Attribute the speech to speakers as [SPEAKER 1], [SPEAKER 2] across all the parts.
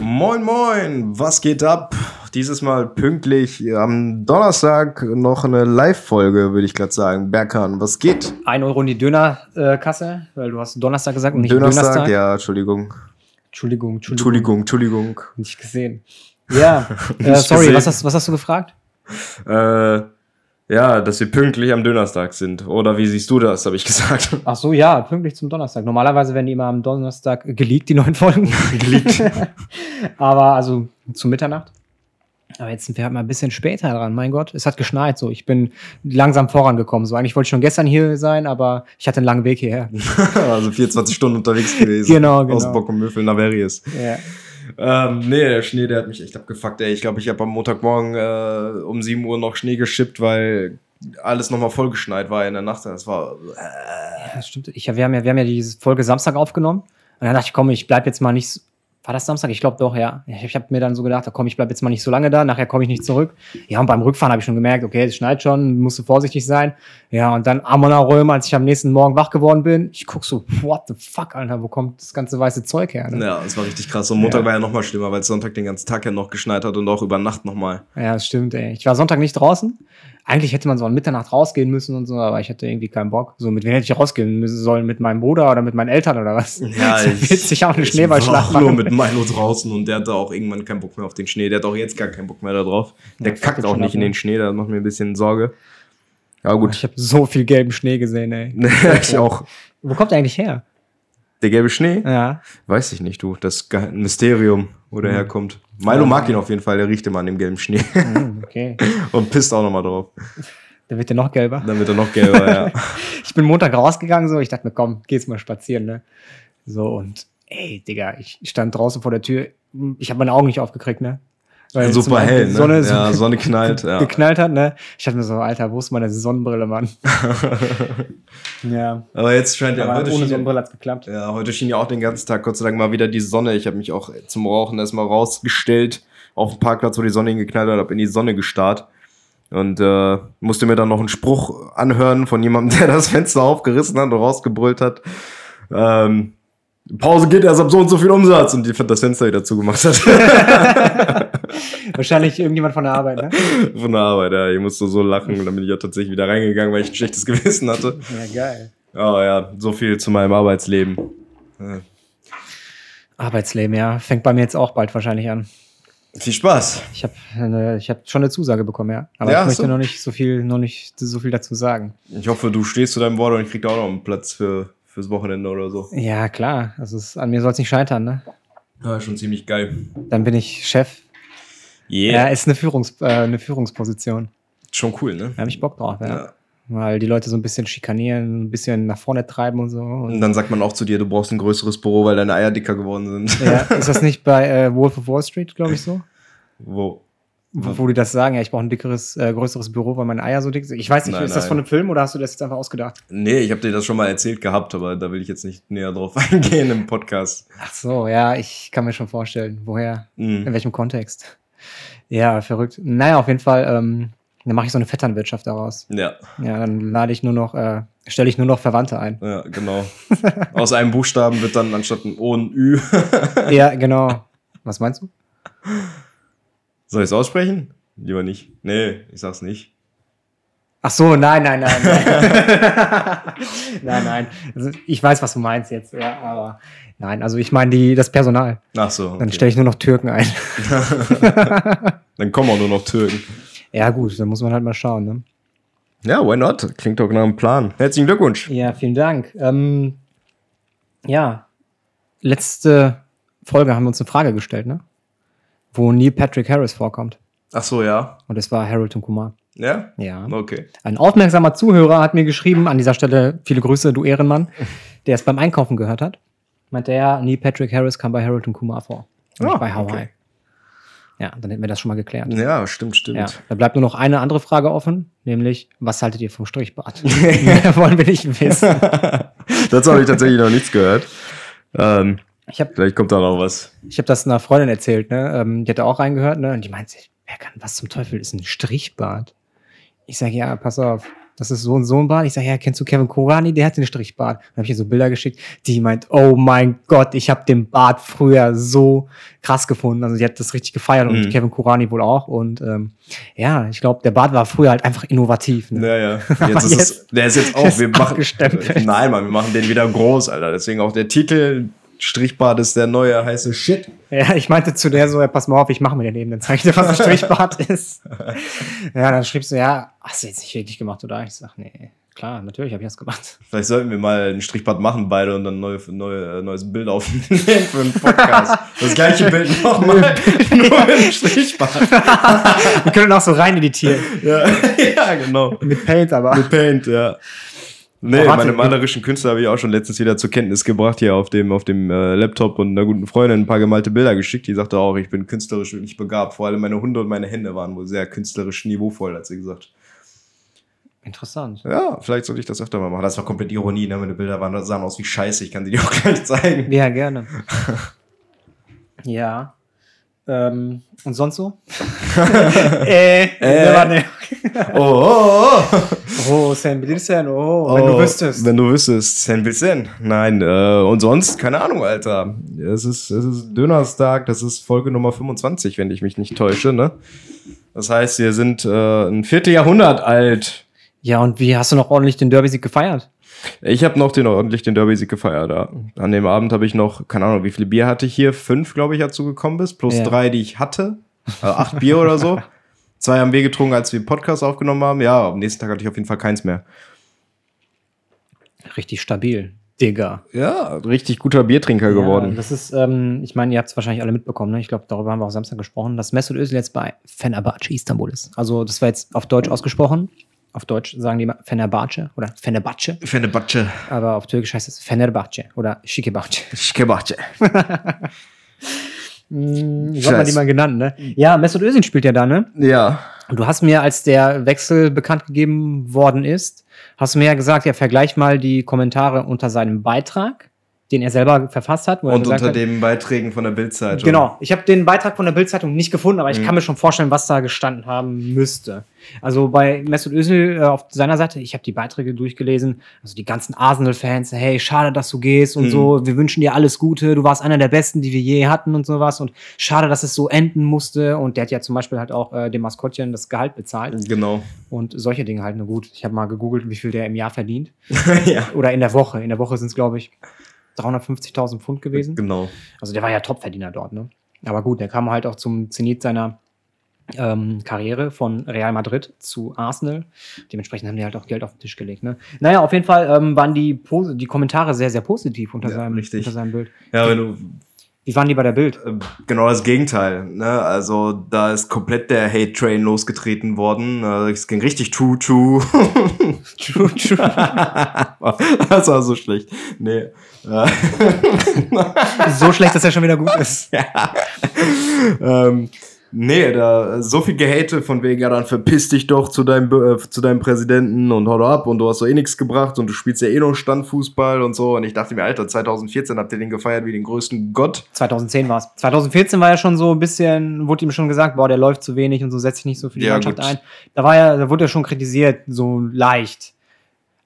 [SPEAKER 1] Moin, moin, was geht ab? Dieses Mal pünktlich am Donnerstag noch eine Live-Folge, würde ich gerade sagen. Berkan, was geht?
[SPEAKER 2] Ein Euro in die Dönerkasse, weil du hast Donnerstag gesagt und nicht
[SPEAKER 1] Dönerstag,
[SPEAKER 2] Dönerstag.
[SPEAKER 1] ja, Entschuldigung.
[SPEAKER 2] Entschuldigung, Entschuldigung,
[SPEAKER 1] Entschuldigung, Entschuldigung.
[SPEAKER 2] nicht gesehen. Ja, äh,
[SPEAKER 1] Nicht
[SPEAKER 2] sorry,
[SPEAKER 1] gesehen.
[SPEAKER 2] was hast, was hast du gefragt?
[SPEAKER 1] Äh, ja, dass wir pünktlich am Dönerstag sind. Oder wie siehst du das, habe ich gesagt.
[SPEAKER 2] Ach so, ja, pünktlich zum Donnerstag. Normalerweise werden die immer am Donnerstag geleakt, die neuen Folgen.
[SPEAKER 1] Geleakt.
[SPEAKER 2] Aber also zu Mitternacht. Aber jetzt sind wir halt mal ein bisschen später dran. Mein Gott, es hat geschneit so. Ich bin langsam vorangekommen. So eigentlich wollte ich schon gestern hier sein, aber ich hatte einen langen Weg hierher.
[SPEAKER 1] also 24 Stunden unterwegs gewesen.
[SPEAKER 2] Genau, genau.
[SPEAKER 1] Aus Bock und Müffel nach Veries.
[SPEAKER 2] Ja.
[SPEAKER 1] Ähm, nee, der Schnee, der hat mich echt abgefuckt, ey. Ich glaube, ich habe am Montagmorgen äh, um 7 Uhr noch Schnee geschippt, weil alles nochmal vollgeschneit war in der Nacht. Das war.
[SPEAKER 2] Das stimmt. Ich, wir, haben ja, wir haben ja diese Folge Samstag aufgenommen. Und dann dachte ich, komm, ich bleib jetzt mal nicht. so- War das Samstag? Ich glaube doch, ja. Ich, ich habe mir dann so gedacht, komm, ich bleib jetzt mal nicht so lange da, nachher komme ich nicht zurück. Ja, und beim Rückfahren habe ich schon gemerkt, okay, es schneit schon, musst du vorsichtig sein. Ja, und dann Amona Römer, als ich am nächsten Morgen wach geworden bin, ich guck so, what the fuck, Alter, wo kommt das ganze weiße Zeug her? Ne?
[SPEAKER 1] Ja, es war richtig krass. Und Montag
[SPEAKER 2] Ja.
[SPEAKER 1] war ja nochmal schlimmer, weil es Sonntag den ganzen Tag ja noch geschneit hat und auch über Nacht nochmal.
[SPEAKER 2] Ja, das stimmt, ey. Ich war Sonntag nicht draußen. Eigentlich hätte man so an Mitternacht rausgehen müssen und so, aber ich hatte irgendwie keinen Bock. So, mit wem hätte ich rausgehen müssen sollen? Mit meinem Bruder oder mit meinen Eltern oder was?
[SPEAKER 1] Ja,
[SPEAKER 2] so witzig auch eine Schneeballschlacht
[SPEAKER 1] Ich war Also auch nur
[SPEAKER 2] machen.
[SPEAKER 1] mit Milo draußen und der hatte auch irgendwann keinen Bock mehr auf den Schnee. Der hat auch jetzt gar keinen Bock mehr da drauf. Der
[SPEAKER 2] fuck
[SPEAKER 1] kackt
[SPEAKER 2] it
[SPEAKER 1] auch
[SPEAKER 2] schon ab,
[SPEAKER 1] nicht in
[SPEAKER 2] ne?
[SPEAKER 1] den Schnee, das macht mir ein bisschen Sorge. Aber gut,
[SPEAKER 2] Ich habe so viel gelben Schnee gesehen, ey.
[SPEAKER 1] ich auch.
[SPEAKER 2] Wo kommt der eigentlich her?
[SPEAKER 1] Der gelbe Schnee?
[SPEAKER 2] Ja.
[SPEAKER 1] Weiß ich nicht, du. Das ist gar- ein Mysterium, wo der herkommt. Milo mag ihn auf jeden Fall, der riecht immer an dem gelben Schnee
[SPEAKER 2] Hm, Okay.
[SPEAKER 1] und pisst auch nochmal drauf.
[SPEAKER 2] Da wird der noch gelber.
[SPEAKER 1] Dann wird er noch gelber, ja.
[SPEAKER 2] Ich bin Montag rausgegangen, so. Ich dachte mir, komm, geh jetzt mal spazieren, ne? So, und ey, Digga, ich stand draußen vor der Tür. Ich habe meine Augen nicht aufgekriegt, ne? Weil zum
[SPEAKER 1] Super
[SPEAKER 2] einen
[SPEAKER 1] hell,
[SPEAKER 2] die
[SPEAKER 1] ne?
[SPEAKER 2] Sonne so
[SPEAKER 1] ja, Sonne knallt, ja.
[SPEAKER 2] geknallt hat, ne? Ich dachte mir so, Alter, wo ist meine Sonnenbrille, Mann? ja.
[SPEAKER 1] Aber jetzt scheint ja
[SPEAKER 2] Aber
[SPEAKER 1] heute
[SPEAKER 2] ohne
[SPEAKER 1] schien,
[SPEAKER 2] Sonnenbrille hat's geklappt.
[SPEAKER 1] ja, heute schien ja auch den ganzen Tag Gott sei Dank mal wieder die Sonne. Ich habe mich auch zum Rauchen erstmal rausgestellt auf dem Parkplatz, wo die Sonne hingeknallt hat, habe in die Sonne gestarrt und äh, musste mir dann noch einen Spruch anhören von jemandem, der das Fenster aufgerissen hat und rausgebrüllt hat. Ähm, Pause geht erst ab so und so viel Umsatz und die das Fenster wieder zugemacht hat.
[SPEAKER 2] Wahrscheinlich irgendjemand von der Arbeit, ne?
[SPEAKER 1] Von der Arbeit, ja. Ich musste so lachen und dann bin ich ja tatsächlich wieder reingegangen, weil ich ein schlechtes Gewissen hatte.
[SPEAKER 2] Ja, geil.
[SPEAKER 1] Oh ja, so viel zu meinem Arbeitsleben. Ja.
[SPEAKER 2] Arbeitsleben, ja. Fängt bei mir jetzt auch bald wahrscheinlich an.
[SPEAKER 1] Viel Spaß.
[SPEAKER 2] Ich habe ich hab schon eine Zusage bekommen, ja. Aber
[SPEAKER 1] Ja,
[SPEAKER 2] ich möchte
[SPEAKER 1] so.
[SPEAKER 2] noch nicht so viel, noch nicht so viel dazu sagen.
[SPEAKER 1] Ich hoffe, du stehst zu deinem Wort und ich krieg da auch noch einen Platz für, fürs Wochenende oder so.
[SPEAKER 2] Ja, klar. Also es, an mir soll es nicht scheitern, ne?
[SPEAKER 1] Ja, schon ziemlich geil.
[SPEAKER 2] Dann bin ich Chef. Ja,
[SPEAKER 1] Yeah.
[SPEAKER 2] ist eine, Führungs, äh, eine Führungsposition.
[SPEAKER 1] Schon cool, ne?
[SPEAKER 2] Da habe ich Bock drauf, ja.
[SPEAKER 1] Ja.
[SPEAKER 2] Weil die Leute so ein bisschen schikanieren, ein bisschen nach vorne treiben und so.
[SPEAKER 1] Und
[SPEAKER 2] Und,
[SPEAKER 1] dann sagt man auch zu dir, du brauchst ein größeres Büro, weil deine Eier dicker geworden sind.
[SPEAKER 2] ja, ist das nicht bei äh, Wolf of Wall Street, glaube ich, so?
[SPEAKER 1] Wo?
[SPEAKER 2] Wo, wo die das sagen, ja, ich brauche ein dickeres, äh, größeres Büro, weil meine Eier so dick sind. Ich weiß nicht,
[SPEAKER 1] Nein,
[SPEAKER 2] ist das
[SPEAKER 1] nein.
[SPEAKER 2] von einem Film oder hast du das jetzt einfach ausgedacht?
[SPEAKER 1] Nee, ich habe dir das schon mal erzählt gehabt, aber da will ich jetzt nicht näher drauf eingehen im Podcast.
[SPEAKER 2] Ach so, ja, ich kann mir schon vorstellen, woher In
[SPEAKER 1] Mhm.
[SPEAKER 2] welchem Kontext? Ja, verrückt. Naja, auf jeden Fall, ähm, dann mache ich so eine Vetternwirtschaft daraus.
[SPEAKER 1] Ja.
[SPEAKER 2] Ja, dann lade ich nur noch, äh, stelle ich nur noch Verwandte ein.
[SPEAKER 1] Ja, genau. Aus einem Buchstaben wird dann anstatt ein O ein Ü.
[SPEAKER 2] ja, genau. Was meinst du?
[SPEAKER 1] Soll ich es aussprechen? Lieber nicht. Nee, ich sag's nicht.
[SPEAKER 2] Ach so, nein, nein, nein. Nein, nein. nein. Also ich weiß, was du meinst jetzt, ja, aber nein, also ich meine die, das Personal.
[SPEAKER 1] Ach so. Okay.
[SPEAKER 2] Dann stelle ich nur noch Türken ein.
[SPEAKER 1] Dann kommen auch nur noch Türken.
[SPEAKER 2] ja, gut, dann muss man halt mal schauen, ne?
[SPEAKER 1] Ja, why not? Klingt doch nach einem Plan. Herzlichen Glückwunsch.
[SPEAKER 2] Ja, vielen Dank. Ähm, ja, letzte Folge haben wir uns eine Frage gestellt, ne? Wo Neil Patrick Harris vorkommt.
[SPEAKER 1] Ach so, ja.
[SPEAKER 2] Und es war Harold und Kumar.
[SPEAKER 1] Ja?
[SPEAKER 2] Ja.
[SPEAKER 1] Okay.
[SPEAKER 2] Ein aufmerksamer Zuhörer hat mir geschrieben, an dieser Stelle viele Grüße, du Ehrenmann, der es beim Einkaufen gehört hat. Meinte er, Neil Patrick Harris kam bei Harold und Kumar vor. Und
[SPEAKER 1] Ah,
[SPEAKER 2] nicht bei Hawaii.
[SPEAKER 1] okay.
[SPEAKER 2] Ja, dann hätten wir das schon mal geklärt.
[SPEAKER 1] Ja, stimmt,
[SPEAKER 2] Ja,
[SPEAKER 1] stimmt.
[SPEAKER 2] da bleibt nur noch eine andere Frage offen, nämlich, was haltet ihr vom Strichbart? Mehr wollen wir nicht wissen.
[SPEAKER 1] Dazu habe ich tatsächlich noch nichts gehört. Ähm,
[SPEAKER 2] Ich habe
[SPEAKER 1] vielleicht kommt da noch was.
[SPEAKER 2] Ich habe das einer Freundin erzählt, ne? Ähm, die hat da auch reingehört, ne? Und die meinte, wer kann, was zum Teufel ist ein Strichbart? Ich sage, ja, pass auf, das ist so und so ein Bart. Ich sage, ja, kennst du Kevin Korani? Der hat den Strichbart. Dann habe ich ihr so Bilder geschickt. Die meint, oh mein Gott, ich habe den Bart früher so krass gefunden. Also die hat das richtig gefeiert und
[SPEAKER 1] Mhm.
[SPEAKER 2] Kevin Korani wohl auch. Und ähm, ja, ich glaube, der Bart war früher halt einfach innovativ. Ne?
[SPEAKER 1] Naja, jetzt ist es, der ist jetzt auch,
[SPEAKER 2] ist
[SPEAKER 1] wir machen,
[SPEAKER 2] abgestempelt.
[SPEAKER 1] nein, Mann, wir machen den wieder groß, Alter. Deswegen auch der Titel, Strichbart ist der neue heiße Shit.
[SPEAKER 2] Ja, ich meinte zu der so, ja, pass mal auf, ich mache mir den eben, dann zeige ich dir, was ein Strichbart ist. Ja, dann schrieb sie, ja, hast du jetzt nicht wirklich gemacht, oder? Ich sag, nee, klar, natürlich habe ich das gemacht.
[SPEAKER 1] Vielleicht sollten wir mal einen Strichbart machen, beide, und dann neue, neue, äh, neues Bild aufnehmen für einen Podcast. Das gleiche Bild nochmal, nur mit dem Strichbart.
[SPEAKER 2] Wir können auch so rein editieren.
[SPEAKER 1] Ja, ja genau.
[SPEAKER 2] Mit Paint aber.
[SPEAKER 1] Mit Paint, ja. Nee,
[SPEAKER 2] Oh, warte,
[SPEAKER 1] meine
[SPEAKER 2] ich-
[SPEAKER 1] malerischen Künste habe ich auch schon letztens wieder zur Kenntnis gebracht, hier auf dem, auf dem äh, Laptop und einer guten Freundin ein paar gemalte Bilder geschickt. Die sagte auch, ich bin künstlerisch wirklich begabt. Vor allem meine Hunde und meine Hände waren wohl sehr künstlerisch niveauvoll, hat sie gesagt.
[SPEAKER 2] Interessant.
[SPEAKER 1] Ja, vielleicht sollte ich das öfter mal machen. Das war komplett Ironie, ne? Meine Bilder waren, sahen aus wie Scheiße, ich kann sie dir auch gleich zeigen.
[SPEAKER 2] Ja, gerne. ja. Ähm, und sonst so? äh,
[SPEAKER 1] Äh.
[SPEAKER 2] war ne-
[SPEAKER 1] Oh, oh, oh.
[SPEAKER 2] Oh, Sam Wilson, oh,
[SPEAKER 1] oh
[SPEAKER 2] wenn du wüsstest.
[SPEAKER 1] Wenn du wüsstest, San Vincent. Nein, äh, und sonst, keine Ahnung, Alter. Es ist, es ist Dönerstag, das ist Folge Nummer 25, wenn ich mich nicht täusche, ne? Das heißt, wir sind äh, ein Vierteljahrhundert alt.
[SPEAKER 2] ja, und wie hast du noch ordentlich den Derby-Sieg gefeiert?
[SPEAKER 1] Ich habe noch den ordentlich den Derby-Sieg gefeiert. Ja. An dem Abend habe ich noch, keine Ahnung, wie viele Bier hatte ich hier? Fünf, glaube ich, als du gekommen bist, plus
[SPEAKER 2] Ja.
[SPEAKER 1] drei, die ich hatte. Also acht Bier oder so. Zwei haben wir getrunken, als wir Podcast aufgenommen haben. Ja, am nächsten Tag hatte ich auf jeden Fall keins mehr.
[SPEAKER 2] Richtig stabil, Digga.
[SPEAKER 1] Ja, richtig guter Biertrinker
[SPEAKER 2] Ja,
[SPEAKER 1] geworden.
[SPEAKER 2] das ist, ähm, ich meine, ihr habt es wahrscheinlich alle mitbekommen. Ne? Ich glaube, darüber haben wir auch Samstag gesprochen, dass Mesut Özil jetzt bei Fenerbahce Istanbul ist. Also das war jetzt auf Deutsch ausgesprochen. Auf Deutsch sagen die immer Fenerbahce oder Fenerbahce,
[SPEAKER 1] Für eine Batsche.
[SPEAKER 2] aber auf Türkisch heißt es Fenerbahce oder Şikebace.
[SPEAKER 1] Schkebatsche.
[SPEAKER 2] Wie
[SPEAKER 1] Scheiß.
[SPEAKER 2] hat man die Hm, mal genannt, ne? Ja, Mesut Özil spielt ja da, ne?
[SPEAKER 1] Ja.
[SPEAKER 2] Und du hast mir, als der Wechsel bekannt gegeben worden ist, hast du mir ja gesagt, ja, vergleich mal die Kommentare unter seinem Beitrag, den er selber verfasst hat. wo er
[SPEAKER 1] Und
[SPEAKER 2] gesagt
[SPEAKER 1] unter
[SPEAKER 2] hat,
[SPEAKER 1] den Beiträgen von der Bildzeitung.
[SPEAKER 2] Genau, ich habe den Beitrag von der Bildzeitung nicht gefunden,
[SPEAKER 1] Mhm.
[SPEAKER 2] aber ich kann mir schon vorstellen, was da gestanden haben müsste. Also bei Mesut Özil äh, auf seiner Seite, ich habe die Beiträge durchgelesen, also die ganzen Arsenal-Fans, hey, schade, dass du gehst und
[SPEAKER 1] Mhm.
[SPEAKER 2] so, wir wünschen dir alles Gute, du warst einer der Besten, die wir je hatten und sowas und schade, dass es so enden musste und der hat ja zum Beispiel halt auch äh, dem Maskottchen das Gehalt bezahlt
[SPEAKER 1] Genau.
[SPEAKER 2] und solche Dinge halt, na gut, ich habe mal gegoogelt, wie viel der im Jahr verdient
[SPEAKER 1] ja.
[SPEAKER 2] oder in der Woche, in der Woche sind es glaube ich 350.000 Pfund gewesen.
[SPEAKER 1] Genau.
[SPEAKER 2] Also der war ja Topverdiener dort, ne? Aber gut, der kam halt auch zum Zenit seiner ähm, Karriere von Real Madrid zu Arsenal. Dementsprechend haben die halt auch Geld auf den Tisch gelegt, ne? Naja, auf jeden Fall ähm, waren die, Posi- die Kommentare sehr, sehr positiv unter,
[SPEAKER 1] Ja,
[SPEAKER 2] seinem,
[SPEAKER 1] richtig.
[SPEAKER 2] unter seinem Bild.
[SPEAKER 1] Ja, wenn du
[SPEAKER 2] Wie waren die bei der Bild?
[SPEAKER 1] äh, genau das Gegenteil. Ne? Also da ist komplett der Hate-Train losgetreten worden. Also, es ging richtig true-true.
[SPEAKER 2] True, true.
[SPEAKER 1] das war so schlecht. Nee. Äh,
[SPEAKER 2] so schlecht, dass er schon wieder gut ist.
[SPEAKER 1] ähm, nee, da so viel Gehate von wegen, ja, dann verpiss dich doch zu deinem, Be- äh, zu deinem Präsidenten und hau doch ab und du hast doch eh nichts gebracht und du spielst ja eh nur Standfußball und so. Und ich dachte mir, Alter, 2014 habt ihr den gefeiert wie den größten Gott.
[SPEAKER 2] 2010 war's. 2014 war ja schon so ein bisschen, wurde ihm schon gesagt, boah, der läuft zu wenig und so setzt sich nicht so für die
[SPEAKER 1] Ja,
[SPEAKER 2] Mannschaft
[SPEAKER 1] gut.
[SPEAKER 2] ein. Da war ja, da wurde er schon kritisiert, so leicht.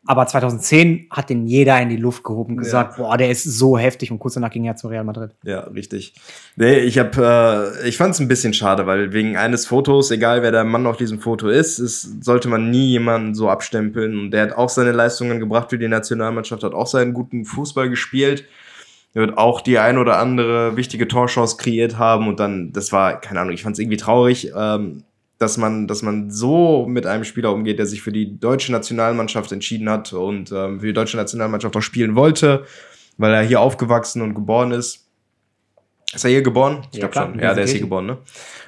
[SPEAKER 2] Aber 2010 hat den jeder in die Luft gehoben,
[SPEAKER 1] Ja.
[SPEAKER 2] gesagt, boah, der ist so heftig und kurz danach ging er zu Real Madrid.
[SPEAKER 1] Ja, richtig. Nee, ich hab, äh, ich fand's ein bisschen schade, weil wegen eines Fotos, egal wer der Mann auf diesem Foto ist, ist, sollte man nie jemanden so abstempeln. Und der hat auch seine Leistungen gebracht für die Nationalmannschaft, hat auch seinen guten Fußball gespielt. Er wird auch die ein oder andere wichtige Torchance kreiert haben und dann, das war, keine Ahnung, ich fand's irgendwie traurig, ähm, dass man, dass man so mit einem Spieler umgeht, der sich für die deutsche Nationalmannschaft entschieden hat und ähm, für die deutsche Nationalmannschaft auch spielen wollte, weil er hier aufgewachsen und geboren ist. Ist er hier geboren? Ich
[SPEAKER 2] Ja,
[SPEAKER 1] glaub
[SPEAKER 2] klar,
[SPEAKER 1] schon. Ja, der ist hier
[SPEAKER 2] Gelsenkirchen.
[SPEAKER 1] geboren, ne?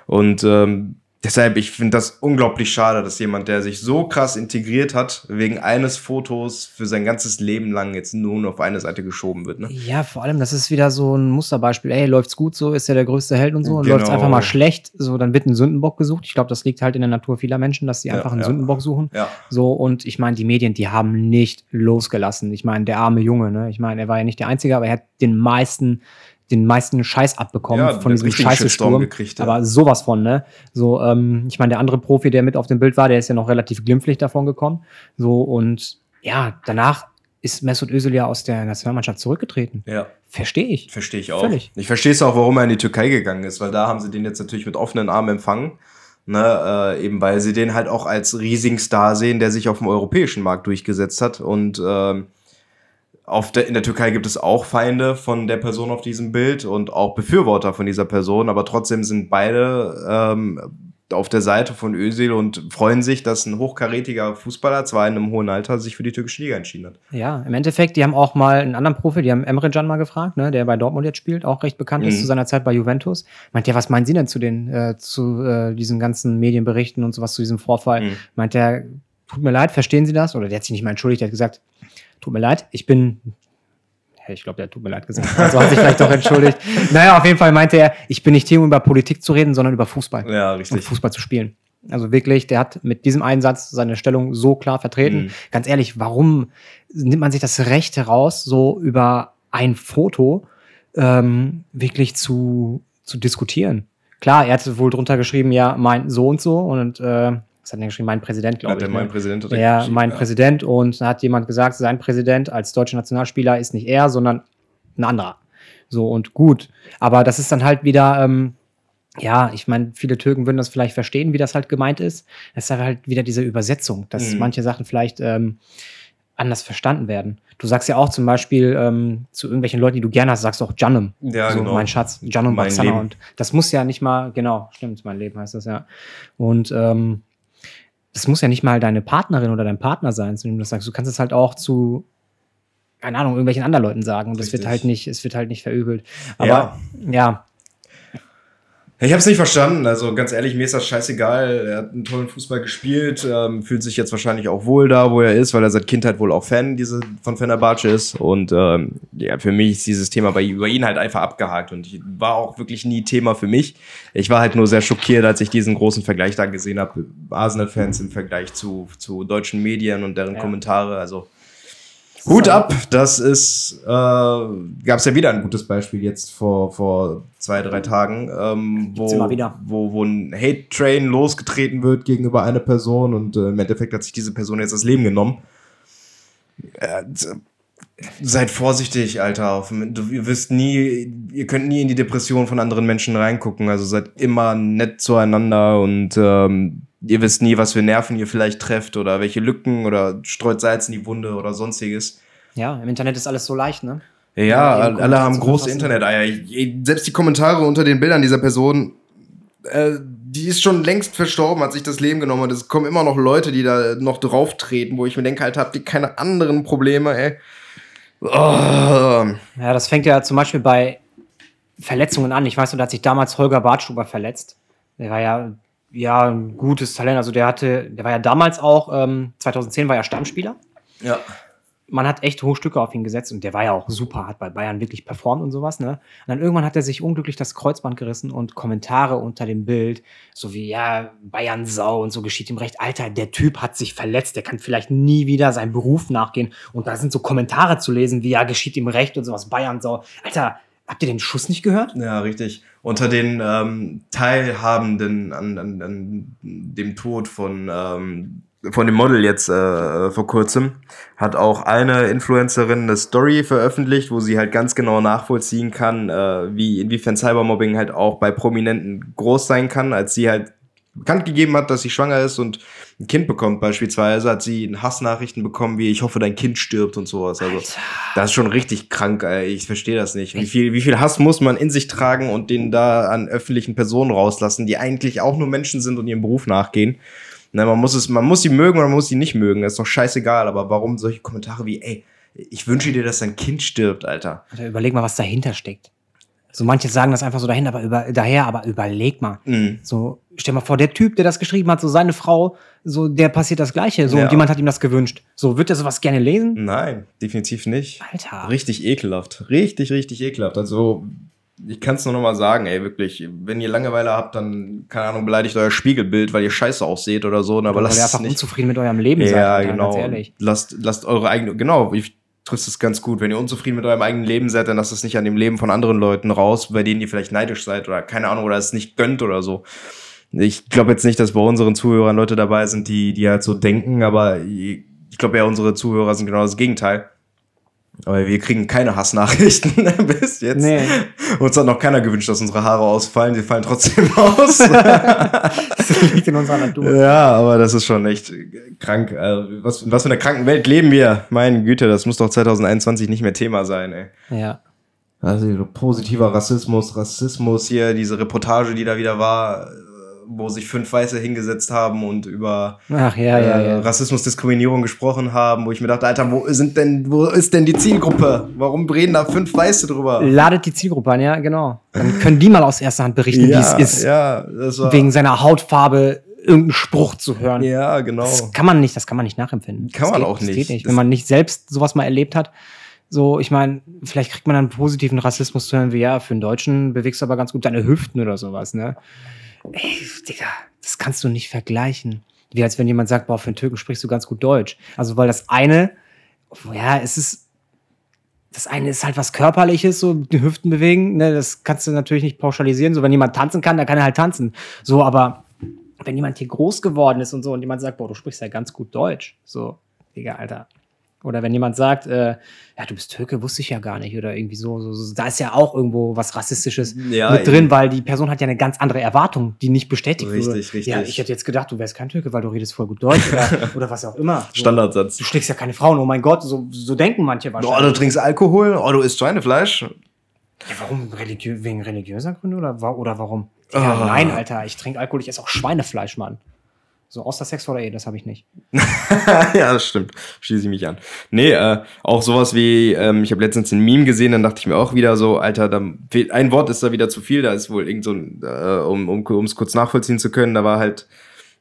[SPEAKER 1] Und ähm, deshalb, ich finde das unglaublich schade, dass jemand, der sich so krass integriert hat, wegen eines Fotos für sein ganzes Leben lang jetzt nun auf eine Seite geschoben wird, ne?
[SPEAKER 2] Ja, vor allem, das ist wieder so ein Musterbeispiel. Ey, läuft's gut so, ist ja der größte Held und so. Und
[SPEAKER 1] Genau.
[SPEAKER 2] läuft's einfach mal schlecht, so, dann wird ein Sündenbock gesucht. Ich glaube, das liegt halt in der Natur vieler Menschen, dass sie
[SPEAKER 1] Ja,
[SPEAKER 2] einfach einen
[SPEAKER 1] ja.
[SPEAKER 2] Sündenbock suchen.
[SPEAKER 1] Ja.
[SPEAKER 2] So, und ich meine, die Medien, die haben nicht losgelassen. Ich meine, der arme Junge, ne? Ich meine, er war ja nicht der Einzige, aber er hat den meisten den meisten Scheiß abbekommen
[SPEAKER 1] Ja,
[SPEAKER 2] von
[SPEAKER 1] der
[SPEAKER 2] diesem
[SPEAKER 1] richtigen
[SPEAKER 2] scheiße
[SPEAKER 1] Shitstorm
[SPEAKER 2] Sturm.
[SPEAKER 1] gekriegt, ja.
[SPEAKER 2] Aber sowas von, ne? So, ähm, ich meine, der andere Profi, der mit auf dem Bild war, der ist ja noch relativ glimpflich davon gekommen. So, und ja, danach ist Mesut Özil ja aus der Nationalmannschaft zurückgetreten.
[SPEAKER 1] Ja.
[SPEAKER 2] Verstehe ich.
[SPEAKER 1] Verstehe ich auch.
[SPEAKER 2] Völlig.
[SPEAKER 1] Ich verstehe es auch, warum er in die Türkei gegangen ist, weil da haben sie den jetzt natürlich mit offenen Armen empfangen. Ne, äh, eben weil sie den halt auch als riesigen Star sehen, der sich auf dem europäischen Markt durchgesetzt hat. Und ähm, auf der, in der Türkei gibt es auch Feinde von der Person auf diesem Bild und auch Befürworter von dieser Person, aber trotzdem sind beide ähm, auf der Seite von Özil und freuen sich, dass ein hochkarätiger Fußballer, zwar in einem hohen Alter, sich für die türkische Liga entschieden hat.
[SPEAKER 2] Ja, im Endeffekt, die haben auch mal einen anderen Profi, die haben Emre Can mal gefragt, ne, der bei Dortmund jetzt spielt, auch recht bekannt
[SPEAKER 1] Mhm.
[SPEAKER 2] ist zu seiner Zeit bei Juventus. Meint der, was meinen Sie denn zu den, äh, zu äh, diesen ganzen Medienberichten und sowas zu diesem Vorfall?
[SPEAKER 1] Mhm.
[SPEAKER 2] Meint der, tut mir leid, verstehen Sie das? Oder der hat sich nicht mal entschuldigt, der hat gesagt, tut mir leid, ich bin. Hä, Ich glaube, der hat tut mir leid gesagt. Also hat sich vielleicht doch entschuldigt. Naja, auf jeden Fall meinte er, ich bin nicht hier, um über Politik zu reden, sondern über Fußball
[SPEAKER 1] Ja,
[SPEAKER 2] und
[SPEAKER 1] richtig.
[SPEAKER 2] um Fußball zu spielen. Also wirklich, der hat mit diesem Einsatz seine Stellung so klar vertreten.
[SPEAKER 1] Mhm.
[SPEAKER 2] Ganz ehrlich, warum nimmt man sich das Recht heraus, so über ein Foto ähm, wirklich zu, zu diskutieren? Klar, er hat wohl drunter geschrieben, ja, mein so und so und äh, was hat er denn geschrieben? Mein Präsident, glaube
[SPEAKER 1] Hat
[SPEAKER 2] ich.
[SPEAKER 1] der
[SPEAKER 2] ne?
[SPEAKER 1] mein Präsident oder
[SPEAKER 2] Ja, mein Präsident. Und da hat jemand gesagt, sein Präsident als deutscher Nationalspieler ist nicht er, sondern ein anderer. So und gut. Aber das ist dann halt wieder, ähm, ja, ich meine, viele Türken würden das vielleicht verstehen, wie das halt gemeint ist. Das ist aber halt wieder diese Übersetzung, dass
[SPEAKER 1] Mhm.
[SPEAKER 2] manche Sachen vielleicht ähm, anders verstanden werden. Du sagst ja auch zum Beispiel ähm, zu irgendwelchen Leuten, die du gerne hast, sagst du auch Janum.
[SPEAKER 1] Ja,
[SPEAKER 2] so,
[SPEAKER 1] genau.
[SPEAKER 2] Mein Schatz, Janum
[SPEAKER 1] Mein
[SPEAKER 2] Baksana.
[SPEAKER 1] Leben.
[SPEAKER 2] Und das muss ja nicht mal, genau, stimmt, mein Leben heißt das ja. Und ähm, das muss ja nicht mal deine Partnerin oder dein Partner sein, zu dem du das sagst. Du kannst es halt auch zu, keine Ahnung, irgendwelchen anderen Leuten sagen. Und es wird
[SPEAKER 1] Richtig.
[SPEAKER 2] halt nicht, es wird halt nicht verübelt. Aber
[SPEAKER 1] Ja.
[SPEAKER 2] ja,
[SPEAKER 1] Ich habe es nicht verstanden. Also ganz ehrlich, mir ist das scheißegal. Er hat einen tollen Fußball gespielt, ähm, fühlt sich jetzt wahrscheinlich auch wohl da, wo er ist, weil er seit Kindheit wohl auch Fan diese, von Fenerbahce ist. Und ähm, ja, für mich ist dieses Thema bei über ihn halt einfach abgehakt. Und ich war auch wirklich nie Thema für mich. Ich war halt nur sehr schockiert, als ich diesen großen Vergleich da gesehen habe. Arsenal-Fans im Vergleich zu, zu deutschen Medien und deren
[SPEAKER 2] Ja.
[SPEAKER 1] Kommentare. Also Hut ab, das ist, äh, gab es ja wieder ein gutes Beispiel jetzt vor, vor zwei, drei Tagen, ähm, wo,
[SPEAKER 2] Gibt's immer wieder.
[SPEAKER 1] wo, wo ein Hate-Train losgetreten wird gegenüber einer Person und äh, im Endeffekt hat sich diese Person jetzt das Leben genommen. Äh, d- seid vorsichtig, Alter. Auf- Du, ihr wisst nie, ihr könnt nie in die Depression von anderen Menschen reingucken. Also seid immer nett zueinander und ähm, ihr wisst nie, was für Nerven ihr vielleicht trefft oder welche Lücken oder streut Salz in die Wunde oder sonstiges.
[SPEAKER 2] ja, im Internet ist alles so leicht, ne?
[SPEAKER 1] Ja, eh,
[SPEAKER 2] Ja, eben
[SPEAKER 1] alle haben
[SPEAKER 2] Kommentare
[SPEAKER 1] große
[SPEAKER 2] zusammenfassen.
[SPEAKER 1] Internet-Eier. Ich- ich- Selbst die Kommentare unter den Bildern dieser Person, äh, die ist schon längst verstorben, hat sich das Leben genommen und es kommen immer noch Leute, die da noch drauf treten, wo ich mir denke, halt, habt ihr keine anderen Probleme, ey. Oh.
[SPEAKER 2] Ja, das fängt ja zum Beispiel bei Verletzungen an. Ich weiß noch, da hat sich damals Holger Bartschuber verletzt. Der war ja, ja ein gutes Talent. Also der hatte, der war ja damals auch, ähm, 2010 war er Stammspieler.
[SPEAKER 1] Ja.
[SPEAKER 2] Man hat echt hohe Stücke auf ihn gesetzt und der war ja auch super, hat bei Bayern wirklich performt und sowas. Ne? Und dann irgendwann hat er sich unglücklich das Kreuzband gerissen und Kommentare unter dem Bild, so wie, ja, Bayern Sau und so geschieht ihm recht. Alter, der Typ hat sich verletzt, der kann vielleicht nie wieder seinem Beruf nachgehen. Und da sind so Kommentare zu lesen, wie, ja, geschieht ihm recht und sowas, Bayern Sau. Alter, habt ihr den Schuss nicht gehört?
[SPEAKER 1] Ja, richtig. Unter den ähm, Teilhabenden an, an, an dem Tod von, ähm, von dem Model jetzt äh, vor kurzem hat auch eine Influencerin eine Story veröffentlicht, wo sie halt ganz genau nachvollziehen kann, äh, wie inwiefern Cybermobbing halt auch bei Prominenten groß sein kann, als sie halt bekannt gegeben hat, dass sie schwanger ist und ein Kind bekommt beispielsweise, hat sie Hassnachrichten bekommen, wie ich hoffe, dein Kind stirbt und sowas. Also das ist schon richtig krank, ey. ich verstehe das nicht. Wie viel, wie viel Hass muss man in sich tragen und den da an öffentlichen Personen rauslassen, die eigentlich auch nur Menschen sind und ihrem Beruf nachgehen. Na, man muss es, man muss sie mögen oder man muss sie nicht mögen, das ist doch scheißegal, aber warum solche Kommentare wie, ey, ich wünsche dir, dass dein Kind stirbt, Alter.
[SPEAKER 2] Alter, überleg mal, was dahinter steckt. So manche sagen das einfach so dahin, aber über, daher, aber überleg mal.
[SPEAKER 1] Mhm.
[SPEAKER 2] So, stell mal vor, der Typ, der das geschrieben hat, so seine Frau, so der passiert das Gleiche. So,
[SPEAKER 1] Ja.
[SPEAKER 2] und jemand hat ihm das gewünscht. So, wird er sowas gerne lesen?
[SPEAKER 1] Nein, definitiv nicht.
[SPEAKER 2] Alter.
[SPEAKER 1] Richtig ekelhaft. Richtig, richtig ekelhaft. Also, ich kann es nur nochmal sagen, ey, wirklich. Wenn ihr Langeweile habt, dann, keine Ahnung, beleidigt euer Spiegelbild, weil ihr scheiße ausseht oder so, aber
[SPEAKER 2] Weil ihr
[SPEAKER 1] lasst es
[SPEAKER 2] einfach
[SPEAKER 1] nicht.
[SPEAKER 2] unzufrieden mit eurem Leben seid,
[SPEAKER 1] Ja,
[SPEAKER 2] Alter,
[SPEAKER 1] genau.
[SPEAKER 2] ganz ehrlich.
[SPEAKER 1] Lasst, lasst eure eigene, genau, ich triffst es ganz gut. Wenn ihr unzufrieden mit eurem eigenen Leben seid, dann lasst es nicht an dem Leben von anderen Leuten raus, bei denen ihr vielleicht neidisch seid oder keine Ahnung oder es nicht gönnt oder so. Ich glaube jetzt nicht, dass bei unseren Zuhörern Leute dabei sind, die, die halt so denken, aber ich ich glaube ja, unsere Zuhörer sind genau das Gegenteil. Aber wir kriegen keine Hassnachrichten bis jetzt.
[SPEAKER 2] Nee.
[SPEAKER 1] Uns hat noch keiner gewünscht, dass unsere Haare ausfallen. Sie fallen trotzdem aus.
[SPEAKER 2] Das liegt in unserer Natur.
[SPEAKER 1] Ja, aber das ist schon echt krank. Also, was, in was für einer kranken Welt leben wir? Meine Güte, das muss doch 2021 nicht mehr Thema sein, ey.
[SPEAKER 2] Ja.
[SPEAKER 1] Also positiver Rassismus, Rassismus hier, diese Reportage, die da wieder war, äh, wo sich fünf Weiße hingesetzt haben und über
[SPEAKER 2] Ach ja, ja,
[SPEAKER 1] äh,
[SPEAKER 2] ja.
[SPEAKER 1] Rassismus, Diskriminierung gesprochen haben, wo ich mir dachte, Alter, wo sind denn, wo ist denn die Zielgruppe? Warum reden da fünf Weiße drüber?
[SPEAKER 2] Ladet die Zielgruppe an, ja, genau. Dann können die mal aus erster Hand berichten, wie es ist,
[SPEAKER 1] ja, das war,
[SPEAKER 2] wegen seiner Hautfarbe irgendeinen Spruch zu hören.
[SPEAKER 1] ja, genau.
[SPEAKER 2] Das kann man nicht, das kann man nicht nachempfinden.
[SPEAKER 1] Kann
[SPEAKER 2] das
[SPEAKER 1] man
[SPEAKER 2] geht,
[SPEAKER 1] auch
[SPEAKER 2] das
[SPEAKER 1] nicht.
[SPEAKER 2] Geht nicht.
[SPEAKER 1] Das-
[SPEAKER 2] Wenn man nicht selbst sowas mal erlebt hat, so, ich meine, vielleicht kriegt man dann positiven Rassismus zu hören, wie ja, für einen Deutschen bewegst du aber ganz gut deine Hüften oder sowas, ne? Ey, Digga, das kannst du nicht vergleichen. Wie als wenn jemand sagt, boah, für einen Türken sprichst du ganz gut Deutsch. Also, weil das eine, ja, es ist, das eine ist halt was Körperliches, so die Hüften bewegen, ne? Das kannst du natürlich nicht pauschalisieren. So, wenn jemand tanzen kann, dann kann er halt tanzen. So, aber wenn jemand hier groß geworden ist und so und jemand sagt, boah, du sprichst ja ganz gut Deutsch, so, Digga, Alter. Oder wenn jemand sagt, äh, ja, du bist Türke, wusste ich ja gar nicht, oder irgendwie so, so, so da ist ja auch irgendwo was Rassistisches
[SPEAKER 1] Ja,
[SPEAKER 2] mit
[SPEAKER 1] eben.
[SPEAKER 2] drin, weil die Person hat ja eine ganz andere Erwartung, die nicht bestätigt wurde.
[SPEAKER 1] Richtig, richtig.
[SPEAKER 2] Ja, ich hätte jetzt gedacht, du wärst kein Türke, weil du redest voll gut Deutsch oder, oder was auch immer. So,
[SPEAKER 1] Standardsatz.
[SPEAKER 2] Du schlägst ja keine Frauen, oh mein Gott, so, so denken manche
[SPEAKER 1] Oh, du
[SPEAKER 2] wahrscheinlich.
[SPEAKER 1] trinkst Alkohol, oh, du isst Schweinefleisch.
[SPEAKER 2] ja, warum? Religiö wegen religiöser Gründe oder, wa- oder warum? Ja,
[SPEAKER 1] Ah.
[SPEAKER 2] Nein, Alter, ich trinke Alkohol, ich esse auch Schweinefleisch, Mann. So aus der Sex vor der Ehe, das habe ich nicht.
[SPEAKER 1] ja, das stimmt. Schließe ich mich an. Nee, äh, auch sowas wie, ähm, ich habe letztens ein Meme gesehen, dann dachte ich mir auch wieder so, Alter, da fehlt, ein Wort ist da wieder zu viel, da ist wohl irgend so ein, äh, um um um's kurz nachvollziehen zu können, da war halt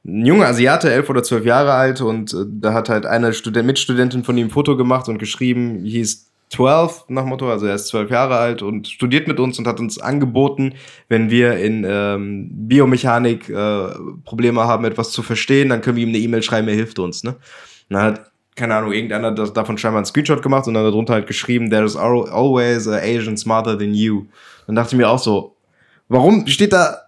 [SPEAKER 1] ein junger Asiate, elf oder zwölf Jahre alt, und äh, da hat halt eine Student Mitstudentin von ihm ein Foto gemacht und geschrieben, he is 12 nach Motto, also er ist zwölf Jahre alt und studiert mit uns und hat uns angeboten, wenn wir in ähm, Biomechanik äh, Probleme haben, etwas zu verstehen, dann können wir ihm eine E-Mail schreiben, er hilft uns. Ne? Und dann hat, keine Ahnung, irgendeiner das, davon scheinbar einen Screenshot gemacht und dann darunter halt geschrieben, there is al- always a Asian smarter than you. Dann dachte ich mir auch so, warum steht da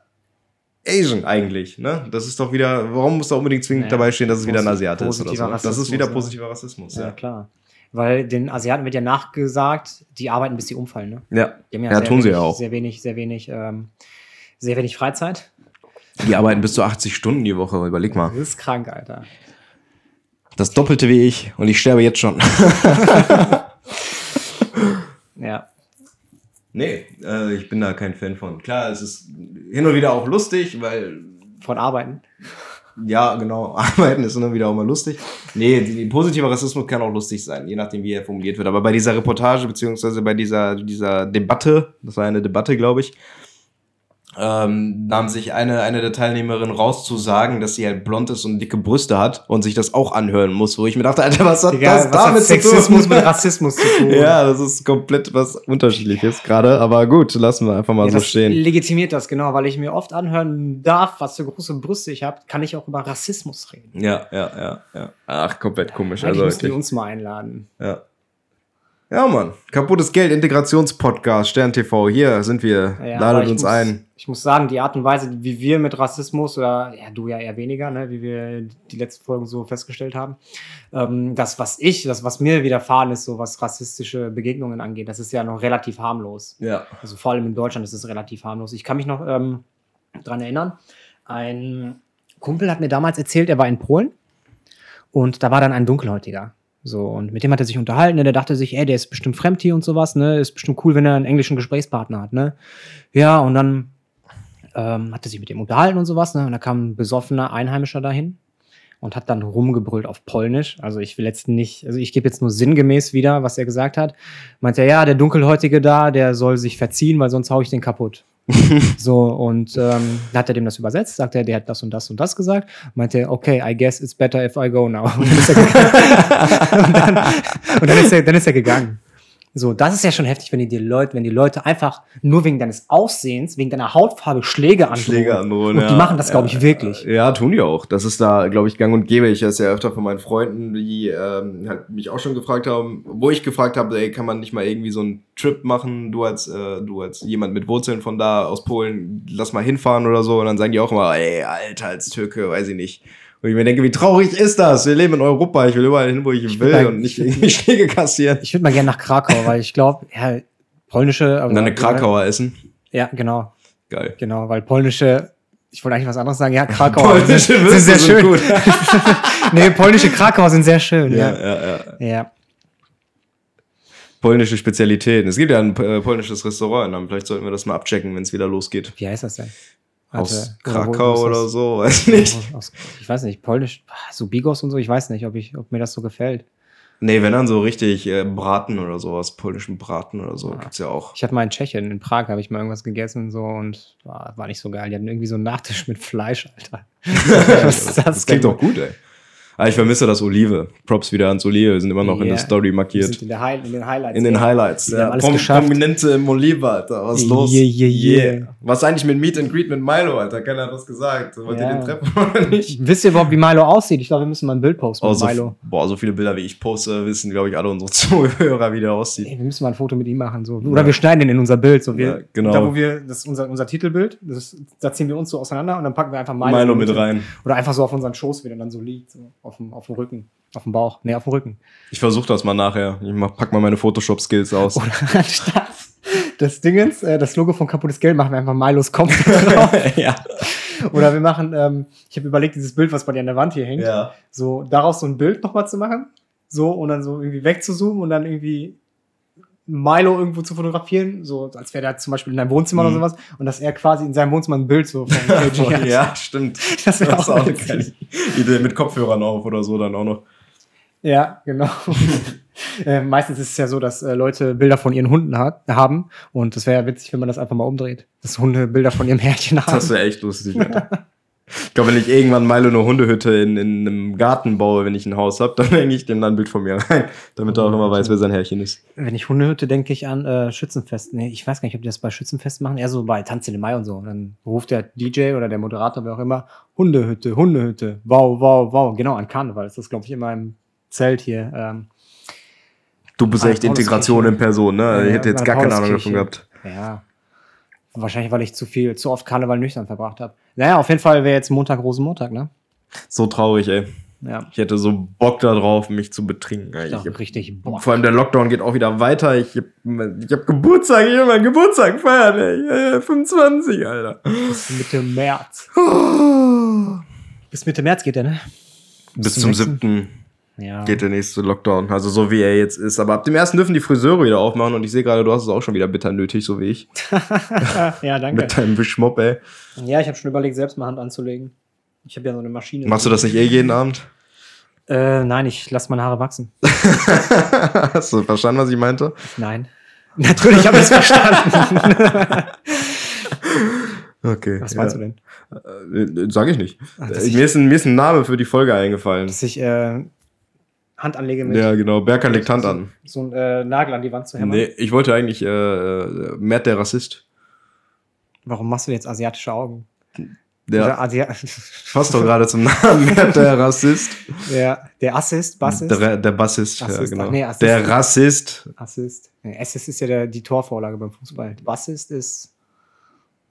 [SPEAKER 1] Asian eigentlich? Ne? Das ist doch wieder, warum muss da unbedingt zwingend
[SPEAKER 2] Naja,
[SPEAKER 1] dabei stehen, dass es wieder ein
[SPEAKER 2] posi-
[SPEAKER 1] Asiate ist oder so?
[SPEAKER 2] positiver
[SPEAKER 1] das ist
[SPEAKER 2] Rassismus,
[SPEAKER 1] wieder
[SPEAKER 2] ne?
[SPEAKER 1] positiver Rassismus,
[SPEAKER 2] Ja,
[SPEAKER 1] ja.
[SPEAKER 2] klar. Weil den Asiaten wird ja nachgesagt, die arbeiten, bis sie umfallen. Ne?
[SPEAKER 1] Ja,
[SPEAKER 2] Die haben
[SPEAKER 1] Ja,
[SPEAKER 2] sehr
[SPEAKER 1] tun sie
[SPEAKER 2] wenig,
[SPEAKER 1] ja auch.
[SPEAKER 2] Sehr wenig, sehr wenig, ähm, sehr wenig Freizeit.
[SPEAKER 1] die arbeiten bis zu 80 Stunden die Woche, überleg mal.
[SPEAKER 2] Das ist krank, Alter.
[SPEAKER 1] Das Doppelte wie ich und ich sterbe jetzt schon.
[SPEAKER 2] Ja.
[SPEAKER 1] Nee, äh, ich bin da kein Fan von. Klar, es ist hin und wieder auch lustig, weil
[SPEAKER 2] Von Arbeiten.
[SPEAKER 1] Ja, genau. Arbeiten ist immer wieder auch mal lustig. Nee, die, die positiver Rassismus kann auch lustig sein, je nachdem, wie er formuliert wird. Aber bei dieser Reportage, beziehungsweise bei dieser, dieser Debatte, das war eine Debatte, glaube ich, ähm, nahm sich eine, eine der Teilnehmerinnen raus zu sagen, dass sie halt blond ist und dicke Brüste hat und sich das auch anhören muss, wo ich mir dachte, Alter, was hat
[SPEAKER 2] Digga,
[SPEAKER 1] das
[SPEAKER 2] was
[SPEAKER 1] damit
[SPEAKER 2] hat
[SPEAKER 1] zu tun?
[SPEAKER 2] Sexismus mit Rassismus zu tun?
[SPEAKER 1] Ja, das ist komplett was Unterschiedliches gerade, aber gut, lassen wir einfach mal
[SPEAKER 2] Ja,
[SPEAKER 1] so
[SPEAKER 2] das
[SPEAKER 1] stehen.
[SPEAKER 2] legitimiert das, genau, weil ich mir oft anhören darf, was für große Brüste ich habe, kann ich auch über Rassismus reden.
[SPEAKER 1] Ja, ja, ja, ja. Ach, komplett komisch.
[SPEAKER 2] Eigentlich
[SPEAKER 1] Also,
[SPEAKER 2] müssen
[SPEAKER 1] wirklich.
[SPEAKER 2] die uns mal einladen.
[SPEAKER 1] Ja. Ja, Mann. Kaputtes Geld, Integrationspodcast, Stern TV. Hier sind wir.
[SPEAKER 2] Ja, aber
[SPEAKER 1] Ladet
[SPEAKER 2] ich
[SPEAKER 1] uns
[SPEAKER 2] muss,
[SPEAKER 1] ein.
[SPEAKER 2] Ich muss sagen, die Art und Weise, wie wir mit Rassismus oder ja, du ja eher weniger, ne, wie wir die letzten Folgen so festgestellt haben, ähm, das, was ich, das, was mir widerfahren ist, so was rassistische Begegnungen angeht, das ist ja noch relativ harmlos.
[SPEAKER 1] Ja.
[SPEAKER 2] Also vor allem in Deutschland ist es relativ harmlos. Ich kann mich noch ähm, dran erinnern, ein Kumpel hat mir damals erzählt, er war in Polen und da war dann ein Dunkelhäutiger. So, und mit dem hat er sich unterhalten, ne? der dachte sich, ey, der ist bestimmt fremd hier und sowas, ne? Ist bestimmt cool, wenn er einen englischen Gesprächspartner hat, ne? Ja, und dann ähm, hat er sich mit dem unterhalten und sowas, ne? Und da kam ein besoffener Einheimischer dahin und hat dann rumgebrüllt auf Polnisch. Also ich will jetzt nicht, also ich gebe jetzt nur sinngemäß wieder, was er gesagt hat. Meint er, ja, der Dunkelhäutige da, der soll sich verziehen, weil sonst hau ich den kaputt. so, und ähm, dann hat er dem das übersetzt, sagt er, der hat das und das und das gesagt. Meint er, okay, I guess it's better if I go now. Und dann ist er, gegangen. und, dann, und dann, ist er, dann ist er gegangen. So, das ist ja schon heftig, wenn die, die Leute, wenn die Leute einfach nur wegen deines Aussehens, wegen deiner Hautfarbe Schläge androhen.
[SPEAKER 1] Schläge androhen.
[SPEAKER 2] Und die machen das, glaube ich, wirklich.
[SPEAKER 1] Ja, tun die auch. Das ist da, glaube ich, gang und gäbe. Ich höre es ja öfter von meinen Freunden, die ähm, halt mich auch schon gefragt haben, wo ich gefragt habe, ey, kann man nicht mal irgendwie so einen Trip machen, du als, äh, du als jemand mit Wurzeln von da aus Polen, lass mal hinfahren oder so. Und dann sagen die auch immer, ey, Alter, als Türke, weiß ich nicht. Und ich mir denke, wie traurig ist das? Wir leben in Europa, ich will überall hin, wo ich, will
[SPEAKER 2] bin bei-
[SPEAKER 1] und nicht irgendwie Schläge kassieren.
[SPEAKER 2] Ich würde mal gerne nach Krakau, weil ich glaube, ja, polnische.
[SPEAKER 1] Und dann eine Krakauer essen.
[SPEAKER 2] Ja, genau,
[SPEAKER 1] Geil.
[SPEAKER 2] genau, weil polnische. Ich wollte eigentlich was anderes sagen. Ja, Krakau.
[SPEAKER 1] Polnische Würste
[SPEAKER 2] sehr
[SPEAKER 1] sind
[SPEAKER 2] schön.
[SPEAKER 1] gut.
[SPEAKER 2] nee, polnische Krakau sind sehr schön.
[SPEAKER 1] Ja,
[SPEAKER 2] Ja,
[SPEAKER 1] ja, ja.
[SPEAKER 2] ja.
[SPEAKER 1] polnische Spezialitäten. Es gibt ja ein äh, polnisches Restaurant, dann vielleicht sollten wir das mal abchecken, wenn es wieder losgeht.
[SPEAKER 2] Wie heißt das denn?
[SPEAKER 1] Aus
[SPEAKER 2] Warte, wo- wo
[SPEAKER 1] Krakau
[SPEAKER 2] ist das?
[SPEAKER 1] oder so, weiß nicht.
[SPEAKER 2] Aus- Aus, ich weiß nicht, polnisch, ah, so Bigos und so, ich weiß nicht, ob, ich, ob mir das so gefällt.
[SPEAKER 1] Nee, wenn dann so richtig äh, Braten oder sowas, polnischen Braten oder
[SPEAKER 2] Ah.
[SPEAKER 1] so, gibt's ja auch.
[SPEAKER 2] Ich hatte mal in Tschechien, in Prag, habe ich mal irgendwas gegessen so und war, war nicht so geil. Die hatten irgendwie so einen Nachtisch mit Fleisch, Alter. Was ist das,
[SPEAKER 1] Das klingt doch gut, ey. Ah, ich vermisse das Olive. Props wieder ans Olive, wir sind immer noch in der
[SPEAKER 2] Ja.
[SPEAKER 1] Story
[SPEAKER 2] Wir
[SPEAKER 1] markiert.
[SPEAKER 2] sind in, der Hi in den Highlights.
[SPEAKER 1] In den Highlights.
[SPEAKER 2] Wir haben alles
[SPEAKER 1] Prom-
[SPEAKER 2] geschafft.
[SPEAKER 1] Prominente im Olive, Alter. Was ist
[SPEAKER 2] Yeah,
[SPEAKER 1] los?
[SPEAKER 2] yeah, yeah.
[SPEAKER 1] Was eigentlich mit Meet and Greet mit Milo, Alter? Keiner hat was gesagt. Wollt
[SPEAKER 2] Ja.
[SPEAKER 1] ihr den treffen oder nicht?
[SPEAKER 2] Wisst ihr überhaupt, wie Milo aussieht? Ich glaube, wir müssen mal ein Bild posten
[SPEAKER 1] Oh,
[SPEAKER 2] mit
[SPEAKER 1] so,
[SPEAKER 2] Milo.
[SPEAKER 1] Boah, so viele Bilder, wie ich poste, wissen, glaube ich, alle unsere Zuhörer, wie der aussieht.
[SPEAKER 2] Ey, wir müssen mal ein Foto mit ihm machen. So. Oder wir schneiden den in unser Bild. So. Wir,
[SPEAKER 1] Ja, genau.
[SPEAKER 2] Da, wo wir, das ist unser, unser Titelbild, das, ist- da ziehen wir uns so auseinander und dann packen wir einfach Milo,
[SPEAKER 1] Milo
[SPEAKER 2] in die
[SPEAKER 1] mit
[SPEAKER 2] Mitte.
[SPEAKER 1] rein.
[SPEAKER 2] Oder einfach so auf unseren Schoß, wie der dann so liegt, so auf dem, auf dem Rücken. Auf dem Bauch. Nee, auf dem Rücken.
[SPEAKER 1] Ich versuche das mal nachher. Ich mach, pack mal meine Photoshop-Skills aus.
[SPEAKER 2] Oder anstatt des Dingens, äh, das Logo von Kaputtes Geld machen wir einfach Milos komplett drauf.
[SPEAKER 1] ja.
[SPEAKER 2] Oder wir machen, ähm, ich habe überlegt, dieses Bild, was bei dir an der Wand hier hängt,
[SPEAKER 1] ja.
[SPEAKER 2] so daraus so ein Bild nochmal zu machen. So und dann so irgendwie wegzuzoomen und dann irgendwie Milo irgendwo zu fotografieren, so als wäre der zum Beispiel in deinem Wohnzimmer
[SPEAKER 1] Mhm.
[SPEAKER 2] oder sowas und dass er quasi in seinem Wohnzimmer ein Bild so von KG hat.
[SPEAKER 1] ja, stimmt.
[SPEAKER 2] Das wäre auch,
[SPEAKER 1] eine
[SPEAKER 2] witzig.
[SPEAKER 1] geile Idee. Mit Kopfhörern auf oder so dann auch noch.
[SPEAKER 2] Ja, genau. äh, meistens ist es ja so, dass äh, Leute Bilder von ihren Hunden hat, haben und das wäre ja witzig, wenn man das einfach mal umdreht. Dass Hunde Bilder von ihrem Härchen haben.
[SPEAKER 1] Das wäre echt lustig. Alter. Ich glaube, wenn ich irgendwann Milo eine Hundehütte in, in einem Garten baue, wenn ich ein Haus habe, dann hänge ich dem dann ein Bild von mir rein, damit er auch immer weiß, wer sein Herrchen ist.
[SPEAKER 2] Wenn ich Hundehütte denke ich an äh, Schützenfest. Nee, ich weiß gar nicht, ob die das bei Schützenfest machen. Eher so bei Tanze de Mai und so. Und dann ruft der DJ oder der Moderator, wer auch immer, Hundehütte, Hundehütte, wow, wow, wow. Genau, an Karneval ist das, glaube ich, immer im Zelt hier. Ähm,
[SPEAKER 1] Du bist
[SPEAKER 2] Ah,
[SPEAKER 1] echt Integration
[SPEAKER 2] Pauluskirche.
[SPEAKER 1] in Person, ne?
[SPEAKER 2] Ja,
[SPEAKER 1] ich hätte jetzt
[SPEAKER 2] bei
[SPEAKER 1] gar keine Ahnung davon
[SPEAKER 2] Pauluskirche.
[SPEAKER 1] gehabt.
[SPEAKER 2] ja, wahrscheinlich, weil ich zu viel, zu oft Karneval nüchtern verbracht habe. Naja, auf jeden Fall wäre jetzt Montag Rosenmontag, ne?
[SPEAKER 1] So traurig, ey.
[SPEAKER 2] Ja.
[SPEAKER 1] Ich hätte so Bock darauf, mich zu betrinken. Ich
[SPEAKER 2] Ich
[SPEAKER 1] hab-
[SPEAKER 2] richtig Bock.
[SPEAKER 1] Vor allem der Lockdown geht auch wieder weiter. Ich hab, ich hab Geburtstag, ich will meinen Geburtstag feiern, ey. Äh, 25, Alter.
[SPEAKER 2] Bis Mitte März. Bis Mitte März geht der, ne?
[SPEAKER 1] Bis
[SPEAKER 2] zum
[SPEAKER 1] zum
[SPEAKER 2] nächsten-
[SPEAKER 1] 7.
[SPEAKER 2] Ja.
[SPEAKER 1] geht der nächste Lockdown. Also so wie er jetzt ist. Aber ab dem 1. dürfen die Friseure wieder aufmachen und ich sehe gerade, du hast es auch schon wieder bitter nötig, so wie ich.
[SPEAKER 2] ja, danke.
[SPEAKER 1] Mit deinem Wischmopp, ey.
[SPEAKER 2] Ja, ich habe schon überlegt, selbst mal Hand anzulegen. Ich habe ja so eine Maschine.
[SPEAKER 1] Machst du das nicht eh jeden Abend?
[SPEAKER 2] Äh, nein, ich lasse meine Haare wachsen.
[SPEAKER 1] Hast du verstanden, was ich meinte?
[SPEAKER 2] Nein. Natürlich habe ich es verstanden.
[SPEAKER 1] Okay.
[SPEAKER 2] Was meinst du denn?
[SPEAKER 1] du denn? Sag ich nicht.
[SPEAKER 2] Ach, dass
[SPEAKER 1] Äh,
[SPEAKER 2] ich-
[SPEAKER 1] mir, ist ein, mir ist ein Name für die Folge eingefallen.
[SPEAKER 2] Dass ich äh, Hand anlege mit
[SPEAKER 1] Ja, genau. Berkan legt Hand an.
[SPEAKER 2] so einem äh, Nagel an die Wand zu hämmern.
[SPEAKER 1] Nee, ich wollte eigentlich äh, äh, Matt der Rassist.
[SPEAKER 2] Warum machst du jetzt asiatische Augen?
[SPEAKER 1] Der
[SPEAKER 2] Oder Asia
[SPEAKER 1] passt doch gerade zum Namen. Matt der Rassist.
[SPEAKER 2] der, der Assist, Bassist.
[SPEAKER 1] Der, Ra- der Bassist,
[SPEAKER 2] Rassist,
[SPEAKER 1] ja, genau.
[SPEAKER 2] ach nee, Rassist.
[SPEAKER 1] der Rassist.
[SPEAKER 2] Assist. Nee, Assist ist ja der, die Torvorlage beim Fußball. Bassist ist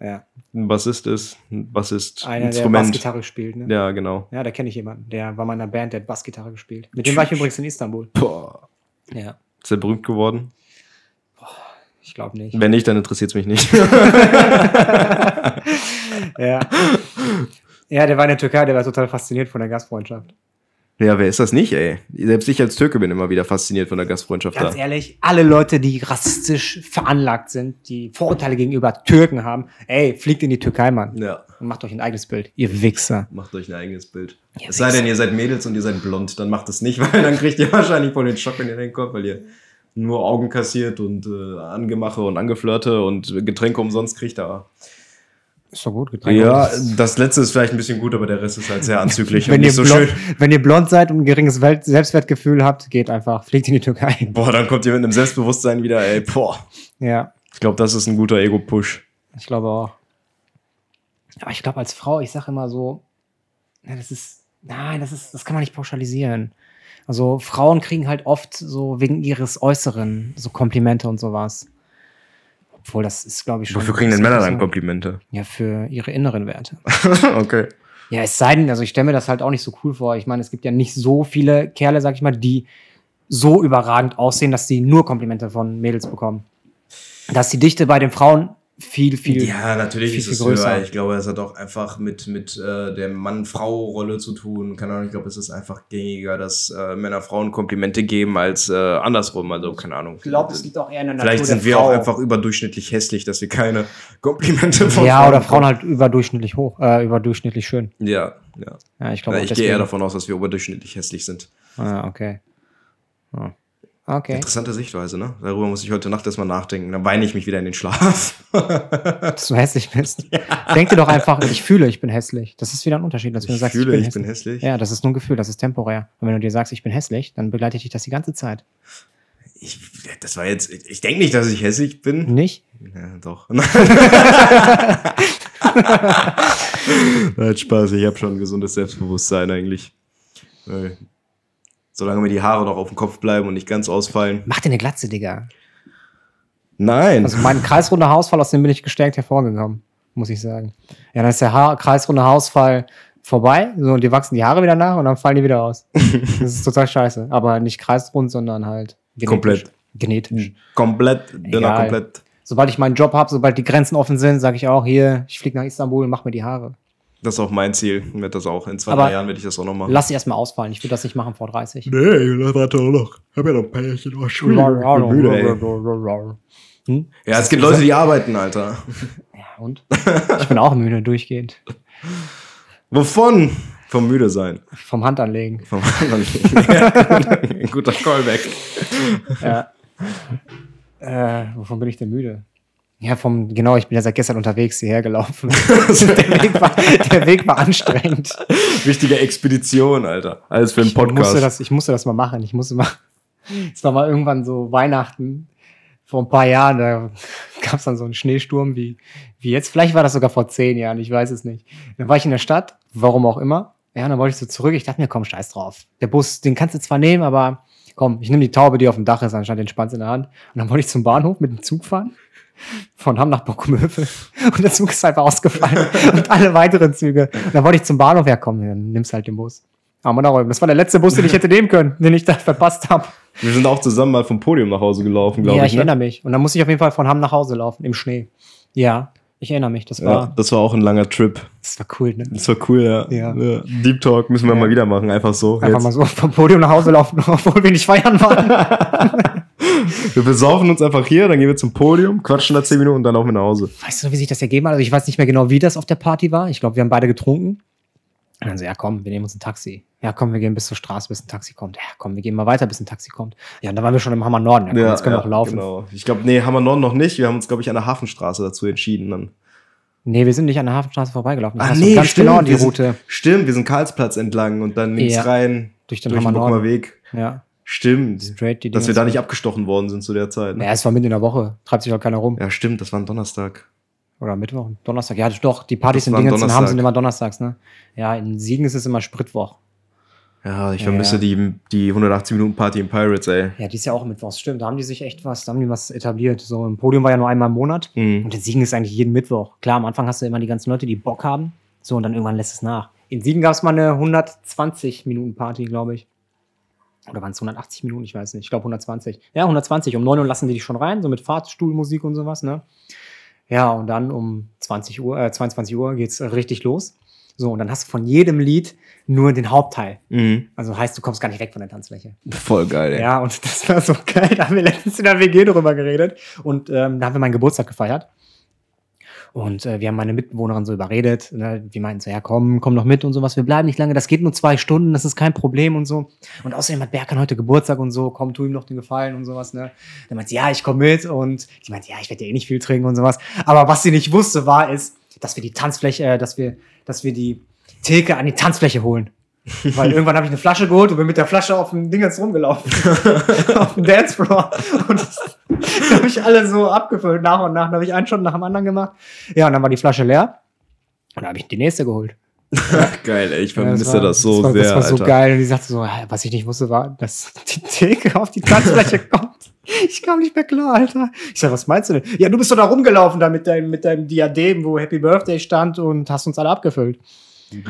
[SPEAKER 2] ja,
[SPEAKER 1] Ein Bassist ist ein Bassist.
[SPEAKER 2] einer, der
[SPEAKER 1] Instrument.
[SPEAKER 2] Bassgitarre spielt. Ne?
[SPEAKER 1] ja, genau.
[SPEAKER 2] Ja, da kenne ich jemanden. Der war mal in einer Band, der hat Bassgitarre gespielt. Mit dem war ich übrigens in Istanbul.
[SPEAKER 1] Boah.
[SPEAKER 2] Ja.
[SPEAKER 1] Ist er berühmt geworden?
[SPEAKER 2] Ich glaube nicht.
[SPEAKER 1] Wenn nicht, dann interessiert es mich nicht.
[SPEAKER 2] Ja. ja, der war in der Türkei, der war total fasziniert von der Gastfreundschaft.
[SPEAKER 1] ja, wer ist das nicht, ey? Selbst ich als Türke bin immer wieder fasziniert von der Gastfreundschaft
[SPEAKER 2] Ganz
[SPEAKER 1] da.
[SPEAKER 2] ehrlich, alle Leute, die rassistisch veranlagt sind, die Vorurteile gegenüber Türken haben, ey, fliegt in die Türkei, Mann.
[SPEAKER 1] Ja,
[SPEAKER 2] Und macht euch ein eigenes Bild, ihr Wichser.
[SPEAKER 1] macht euch ein eigenes Bild.
[SPEAKER 2] Ja,
[SPEAKER 1] es sei
[SPEAKER 2] nix.
[SPEAKER 1] denn, ihr seid Mädels und ihr seid blond, dann macht es nicht, weil dann kriegt ihr wahrscheinlich voll den Schock, wenn ihr den Kopf, weil ihr nur Augen kassiert und äh, Angemache und Angeflirte und Getränke umsonst kriegt, aber
[SPEAKER 2] Ist doch gut. Getränke
[SPEAKER 1] Ja,
[SPEAKER 2] ist-
[SPEAKER 1] das letzte ist vielleicht ein bisschen gut, aber der Rest ist halt sehr anzüglich und
[SPEAKER 2] wenn, ihr
[SPEAKER 1] nicht so schön.
[SPEAKER 2] blond, wenn ihr blond seid und ein geringes Welt Selbstwertgefühl habt, geht einfach, fliegt in die Türkei.
[SPEAKER 1] Boah, dann kommt ihr mit einem Selbstbewusstsein wieder, ey, boah.
[SPEAKER 2] Ja,
[SPEAKER 1] Ich glaube, das ist ein guter Ego-Push.
[SPEAKER 2] ich glaube auch. Aber ich glaube, als Frau, ich sage immer so, na, das ist, nein, das ist, das kann man nicht pauschalisieren. Also Frauen kriegen halt oft so wegen ihres Äußeren so Komplimente und sowas. Obwohl, das ist, glaube ich, schon.
[SPEAKER 1] Wofür kriegen denn Männer dann Komplimente?
[SPEAKER 2] Ja, für ihre inneren Werte.
[SPEAKER 1] okay.
[SPEAKER 2] Ja, es sei denn, also ich stelle mir das halt auch nicht so cool vor. Ich meine, es gibt ja nicht so viele Kerle, sag ich mal, die so überragend aussehen, dass sie nur Komplimente von Mädels bekommen. Dass die Dichte bei den Frauen viel, viel.
[SPEAKER 1] Ja, natürlich
[SPEAKER 2] viel,
[SPEAKER 1] ist
[SPEAKER 2] viel
[SPEAKER 1] es
[SPEAKER 2] größer.
[SPEAKER 1] höher. Ich glaube, es hat auch einfach mit, mit äh, der Mann-Frau-Rolle zu tun. Keine Ahnung, ich glaube, es ist einfach gängiger, dass äh, Männer Frauen Komplimente geben als äh, andersrum. Also, keine Ahnung.
[SPEAKER 2] Ich glaube, es liegt auch eher in der Natur
[SPEAKER 1] Vielleicht
[SPEAKER 2] der
[SPEAKER 1] sind wir
[SPEAKER 2] Frau.
[SPEAKER 1] auch einfach überdurchschnittlich hässlich, dass wir keine Komplimente von
[SPEAKER 2] Ja, oder Frauen
[SPEAKER 1] bekommen.
[SPEAKER 2] halt überdurchschnittlich hoch, äh, überdurchschnittlich schön.
[SPEAKER 1] Ja, ja.
[SPEAKER 2] Ja, ich glaube
[SPEAKER 1] Na,
[SPEAKER 2] auch
[SPEAKER 1] ich gehe eher
[SPEAKER 2] deswegen.
[SPEAKER 1] davon aus, dass wir überdurchschnittlich hässlich sind.
[SPEAKER 2] Ah, okay. Ah. Okay.
[SPEAKER 1] Interessante Sichtweise, ne? Darüber muss ich heute Nacht erstmal nachdenken. Dann weine ich mich wieder in den Schlaf.
[SPEAKER 2] Dass du hässlich bist. Denk dir doch einfach, ich fühle, ich bin hässlich. Das ist wieder ein Unterschied, als wenn du
[SPEAKER 1] Ich
[SPEAKER 2] sagst,
[SPEAKER 1] fühle, ich
[SPEAKER 2] hässlich.
[SPEAKER 1] bin hässlich.
[SPEAKER 2] Ja, das ist nur ein Gefühl, das ist temporär. Und wenn du dir sagst, ich bin hässlich, dann begleitet dich das die ganze Zeit.
[SPEAKER 1] Ich, das war jetzt, ich, ich denke nicht, dass ich hässlich bin.
[SPEAKER 2] Nicht?
[SPEAKER 1] Ja, doch. Nein, Spaß, ich habe schon ein gesundes Selbstbewusstsein eigentlich. Äh, Solange mir die Haare noch auf dem Kopf bleiben und nicht ganz ausfallen.
[SPEAKER 2] Mach dir eine Glatze, Digga.
[SPEAKER 1] Nein.
[SPEAKER 2] Also mein kreisrunder Haarausfall, aus dem bin ich gestärkt hervorgegangen, muss ich sagen. Ja, dann ist der Haar kreisrunde Haarausfall vorbei, so, und dir wachsen die Haare wieder nach und dann fallen die wieder aus. das ist total scheiße. Aber nicht kreisrund, sondern halt genetisch.
[SPEAKER 1] Komplett. Mhm.
[SPEAKER 2] Genetisch.
[SPEAKER 1] komplett, dünner,
[SPEAKER 2] Egal.
[SPEAKER 1] komplett.
[SPEAKER 2] Sobald ich meinen Job habe, sobald die Grenzen offen sind, sage ich auch, hier, ich fliege nach Istanbul und mach mir die Haare.
[SPEAKER 1] Das ist auch mein Ziel. Ich werd das auch. In zwei,
[SPEAKER 2] Aber
[SPEAKER 1] drei Jahren werde ich das auch noch machen.
[SPEAKER 2] Lass sie erstmal ausfallen. Ich würde das nicht machen vor 30.
[SPEAKER 1] Nee, das warte auch noch. Hab ja noch ein paar Jährchen. Oh,
[SPEAKER 2] hm?
[SPEAKER 1] Ja, es gibt Leute, die arbeiten, Alter.
[SPEAKER 2] Ja, und? Ich bin auch müde durchgehend.
[SPEAKER 1] Wovon? Vom müde sein.
[SPEAKER 2] Vom Handanlegen.
[SPEAKER 1] Vom anderen. Ja. Guter Callback.
[SPEAKER 2] Ja. äh, wovon bin ich denn müde? Ja, vom, genau, ich bin ja seit gestern unterwegs hierher gelaufen. der, Weg war, der Weg war anstrengend.
[SPEAKER 1] Wichtige Expedition, Alter. Alles für einen
[SPEAKER 2] Ich musste,
[SPEAKER 1] Podcast.
[SPEAKER 2] das, ich musste das mal machen. Ich musste mal. Es war mal irgendwann so Weihnachten vor ein paar Jahren. Da gab es dann so einen Schneesturm wie, wie jetzt. Vielleicht war das sogar vor zehn Jahren. Ich weiß es nicht. Dann war ich in der Stadt, warum auch immer. Ja, und dann wollte ich so zurück. Ich dachte mir, komm, scheiß drauf. Der Bus, den kannst du zwar nehmen, aber komm, ich nehme die Taube, die auf dem Dach ist, anstatt den Schwanz in der Hand. Und dann wollte ich zum Bahnhof mit dem Zug fahren. Von Hamm nach Bockenhövel. Und der Zug ist einfach ausgefallen. Und alle weiteren Züge. Und dann wollte ich zum Bahnhof herkommen. Dann nimmst halt den Bus. Aber da räumen. Das war der letzte Bus, den ich hätte nehmen können, den ich da verpasst habe.
[SPEAKER 1] Wir sind auch zusammen mal vom Podium nach Hause gelaufen, glaube
[SPEAKER 2] Ja, ich
[SPEAKER 1] ich. Ne?
[SPEAKER 2] erinnere mich. Und dann muss ich auf jeden Fall von Hamm nach Hause laufen, im Schnee. Ja, ich erinnere mich. Das war,
[SPEAKER 1] Ja, das war auch ein langer Trip.
[SPEAKER 2] das war cool, ne?
[SPEAKER 1] Das war cool, ja.
[SPEAKER 2] Ja.
[SPEAKER 1] Deep Talk müssen wir
[SPEAKER 2] Ja.
[SPEAKER 1] mal wieder machen, einfach so.
[SPEAKER 2] Einfach mal so vom Podium nach Hause laufen, obwohl wir nicht feiern waren.
[SPEAKER 1] Jetzt. Wir besaufen uns einfach hier, dann gehen wir zum Podium, quatschen da 10 Minuten und dann laufen wir nach Hause.
[SPEAKER 2] Weißt du, noch, wie sich das ergeben hat? Also ich weiß nicht mehr genau, wie das auf der Party war. Ich glaube, wir haben beide getrunken. Und dann so, ja komm, wir nehmen uns ein Taxi. Ja komm, wir gehen bis zur Straße, bis ein Taxi kommt. Ja komm, wir gehen mal weiter, bis ein Taxi kommt. Ja, und dann waren wir schon im Hammer Norden. Ja, komm, jetzt können wir auch laufen.
[SPEAKER 1] Genau. Ich glaube, nee, haben wir Norden noch nicht. Wir haben uns, glaube ich, an der Hafenstraße dazu entschieden. Dann.
[SPEAKER 2] Nee, wir sind nicht an der Hafenstraße vorbeigelaufen. Das
[SPEAKER 1] Ah,
[SPEAKER 2] war so
[SPEAKER 1] nee,
[SPEAKER 2] ganz
[SPEAKER 1] stimmt,
[SPEAKER 2] genau die
[SPEAKER 1] wir sind-
[SPEAKER 2] Route
[SPEAKER 1] Stimmt, wir sind Karlsplatz entlang und dann links
[SPEAKER 2] Ja.
[SPEAKER 1] rein
[SPEAKER 2] durch den
[SPEAKER 1] durch den
[SPEAKER 2] Hammer
[SPEAKER 1] Bochumer
[SPEAKER 2] Norden.
[SPEAKER 1] Weg.
[SPEAKER 2] Ja,
[SPEAKER 1] Stimmt.
[SPEAKER 2] straight die
[SPEAKER 1] Dass
[SPEAKER 2] Dinge
[SPEAKER 1] wir da
[SPEAKER 2] zu-
[SPEAKER 1] nicht abgestochen worden sind zu der Zeit. Ne?
[SPEAKER 2] Ja, es war mitten in der Woche. Treibt sich auch keiner rum.
[SPEAKER 1] Ja, stimmt, das war ein Donnerstag.
[SPEAKER 2] Oder Mittwoch, Donnerstag. Ja, doch, die Partys
[SPEAKER 1] Das
[SPEAKER 2] in
[SPEAKER 1] war am
[SPEAKER 2] Dingens und Hamm
[SPEAKER 1] Donnerstag.
[SPEAKER 2] sind immer donnerstags, ne? Ja, in Siegen ist es immer Spritwoch.
[SPEAKER 1] Ja, ich
[SPEAKER 2] Ja,
[SPEAKER 1] vermisse
[SPEAKER 2] ja.
[SPEAKER 1] Die, die 180 Minuten Party in Pirates, ey.
[SPEAKER 2] Ja, die ist ja auch Mittwochs, stimmt. Da haben die sich echt was, da haben die was etabliert. So, im Podium war ja nur einmal im Monat.
[SPEAKER 1] Mhm.
[SPEAKER 2] Und in Siegen ist eigentlich jeden Mittwoch. Klar, am Anfang hast du immer die ganzen Leute, die Bock haben. So, und dann irgendwann lässt es nach. In Siegen gab es mal eine 120-Minuten-Party, glaube ich. Oder waren es 180 Minuten? Ich weiß nicht. Ich glaube 120. Ja, 120. Um 9 Uhr lassen die dich schon rein, so mit Fahrstuhlmusik und sowas, ne? Ja, und dann um 20 Uhr, äh, 22 Uhr geht's richtig los. So, und dann hast du von jedem Lied nur den Hauptteil.
[SPEAKER 1] Mhm.
[SPEAKER 2] Also heißt, du kommst gar nicht weg von der Tanzfläche.
[SPEAKER 1] Voll geil, ey.
[SPEAKER 2] Ja, und das war so geil. Da haben wir letztens in der WG drüber geredet. Und ähm, da haben wir meinen Geburtstag gefeiert. Und äh, wir haben meine Mitbewohnerin so überredet. Ne? Wir meinten so, ja komm, komm noch mit und sowas. Wir bleiben nicht lange. Das geht nur zwei Stunden. Das ist kein Problem und so. Und außerdem hat Berkan heute Geburtstag und so. Komm, tu ihm noch den Gefallen und sowas. Ne? Dann meint sie, ja, ich komme mit. Und die meint, ja, ich werde ja eh nicht viel trinken und sowas. Aber was sie nicht wusste, war, ist, dass wir die Tanzfläche, äh, dass wir, dass wir die Theke an die Tanzfläche holen. Weil irgendwann habe ich eine Flasche geholt und bin mit der Flasche auf dem Ding jetzt rumgelaufen. auf dem Dancefloor. Und das, da habe ich alle so abgefüllt, nach und nach. Da habe ich einen schon nach dem anderen gemacht. Ja, und dann war die Flasche leer. Und dann habe ich die nächste geholt.
[SPEAKER 1] Geil, ey, ich
[SPEAKER 2] Ja,
[SPEAKER 1] vermisse
[SPEAKER 2] war-
[SPEAKER 1] das so
[SPEAKER 2] war,
[SPEAKER 1] sehr,
[SPEAKER 2] Das war so
[SPEAKER 1] Alter.
[SPEAKER 2] geil. Und die sagte so, "Hä, was ich nicht wusste, war, dass die Theke auf die Tanzfläche kommt. Ich kam nicht mehr klar, Alter. Ich sag, was meinst du denn? Ja, du bist doch da rumgelaufen da mit deinem, mit deinem Diadem, wo Happy Birthday stand und hast uns alle abgefüllt.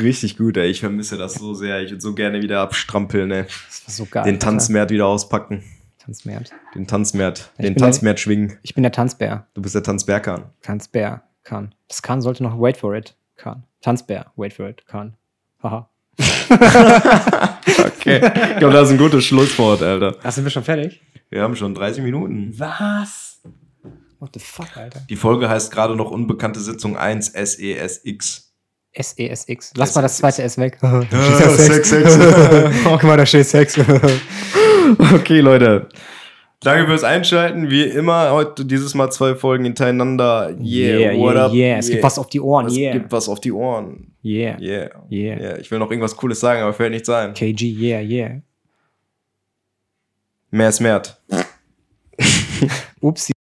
[SPEAKER 1] Richtig gut, ey, ich vermisse das so sehr. Ich würde so gerne wieder abstrampeln, ey.
[SPEAKER 2] Das war so geil.
[SPEAKER 1] Den Tanzmärt wieder auspacken.
[SPEAKER 2] Alter. Tanzmärt.
[SPEAKER 1] Den Tanzmärt. Den
[SPEAKER 2] Ich bin der-
[SPEAKER 1] Tanzmärt schwingen.
[SPEAKER 2] Ich bin der Tanzbär.
[SPEAKER 1] Du bist der Tanzberkan.
[SPEAKER 2] Tanzbär. Kann. Das kann sollte noch Wait for it. Kann. Tanzbär. Wait for it. Kann. Haha.
[SPEAKER 1] Okay. ich glaube, das ist ein gutes Schlusswort, Alter.
[SPEAKER 2] Ach, sind wir schon fertig?
[SPEAKER 1] Wir haben schon 30 Minuten.
[SPEAKER 2] Was? What the fuck, Alter?
[SPEAKER 1] Die Folge heißt gerade noch Unbekannte Sitzung E 1 SESX.
[SPEAKER 2] SESX. Lass mal das zweite E S weg. Oh,
[SPEAKER 1] Sex, Sex.
[SPEAKER 2] Guck mal, da steht Sex.
[SPEAKER 1] Okay, Leute. Danke fürs Einschalten. Wie immer, heute dieses Mal zwei Folgen hintereinander. Yeah,
[SPEAKER 2] yeah,
[SPEAKER 1] what
[SPEAKER 2] yeah,
[SPEAKER 1] up?
[SPEAKER 2] yeah. Es gibt was auf die Ohren.
[SPEAKER 1] Es
[SPEAKER 2] Yeah.
[SPEAKER 1] gibt was auf die Ohren.
[SPEAKER 2] yeah.
[SPEAKER 1] Yeah.
[SPEAKER 2] Yeah.
[SPEAKER 1] yeah. Ich will noch irgendwas Cooles sagen, aber fällt nichts ein.
[SPEAKER 2] KG, yeah, yeah.
[SPEAKER 1] Mehr ist mehr.
[SPEAKER 2] Upsi.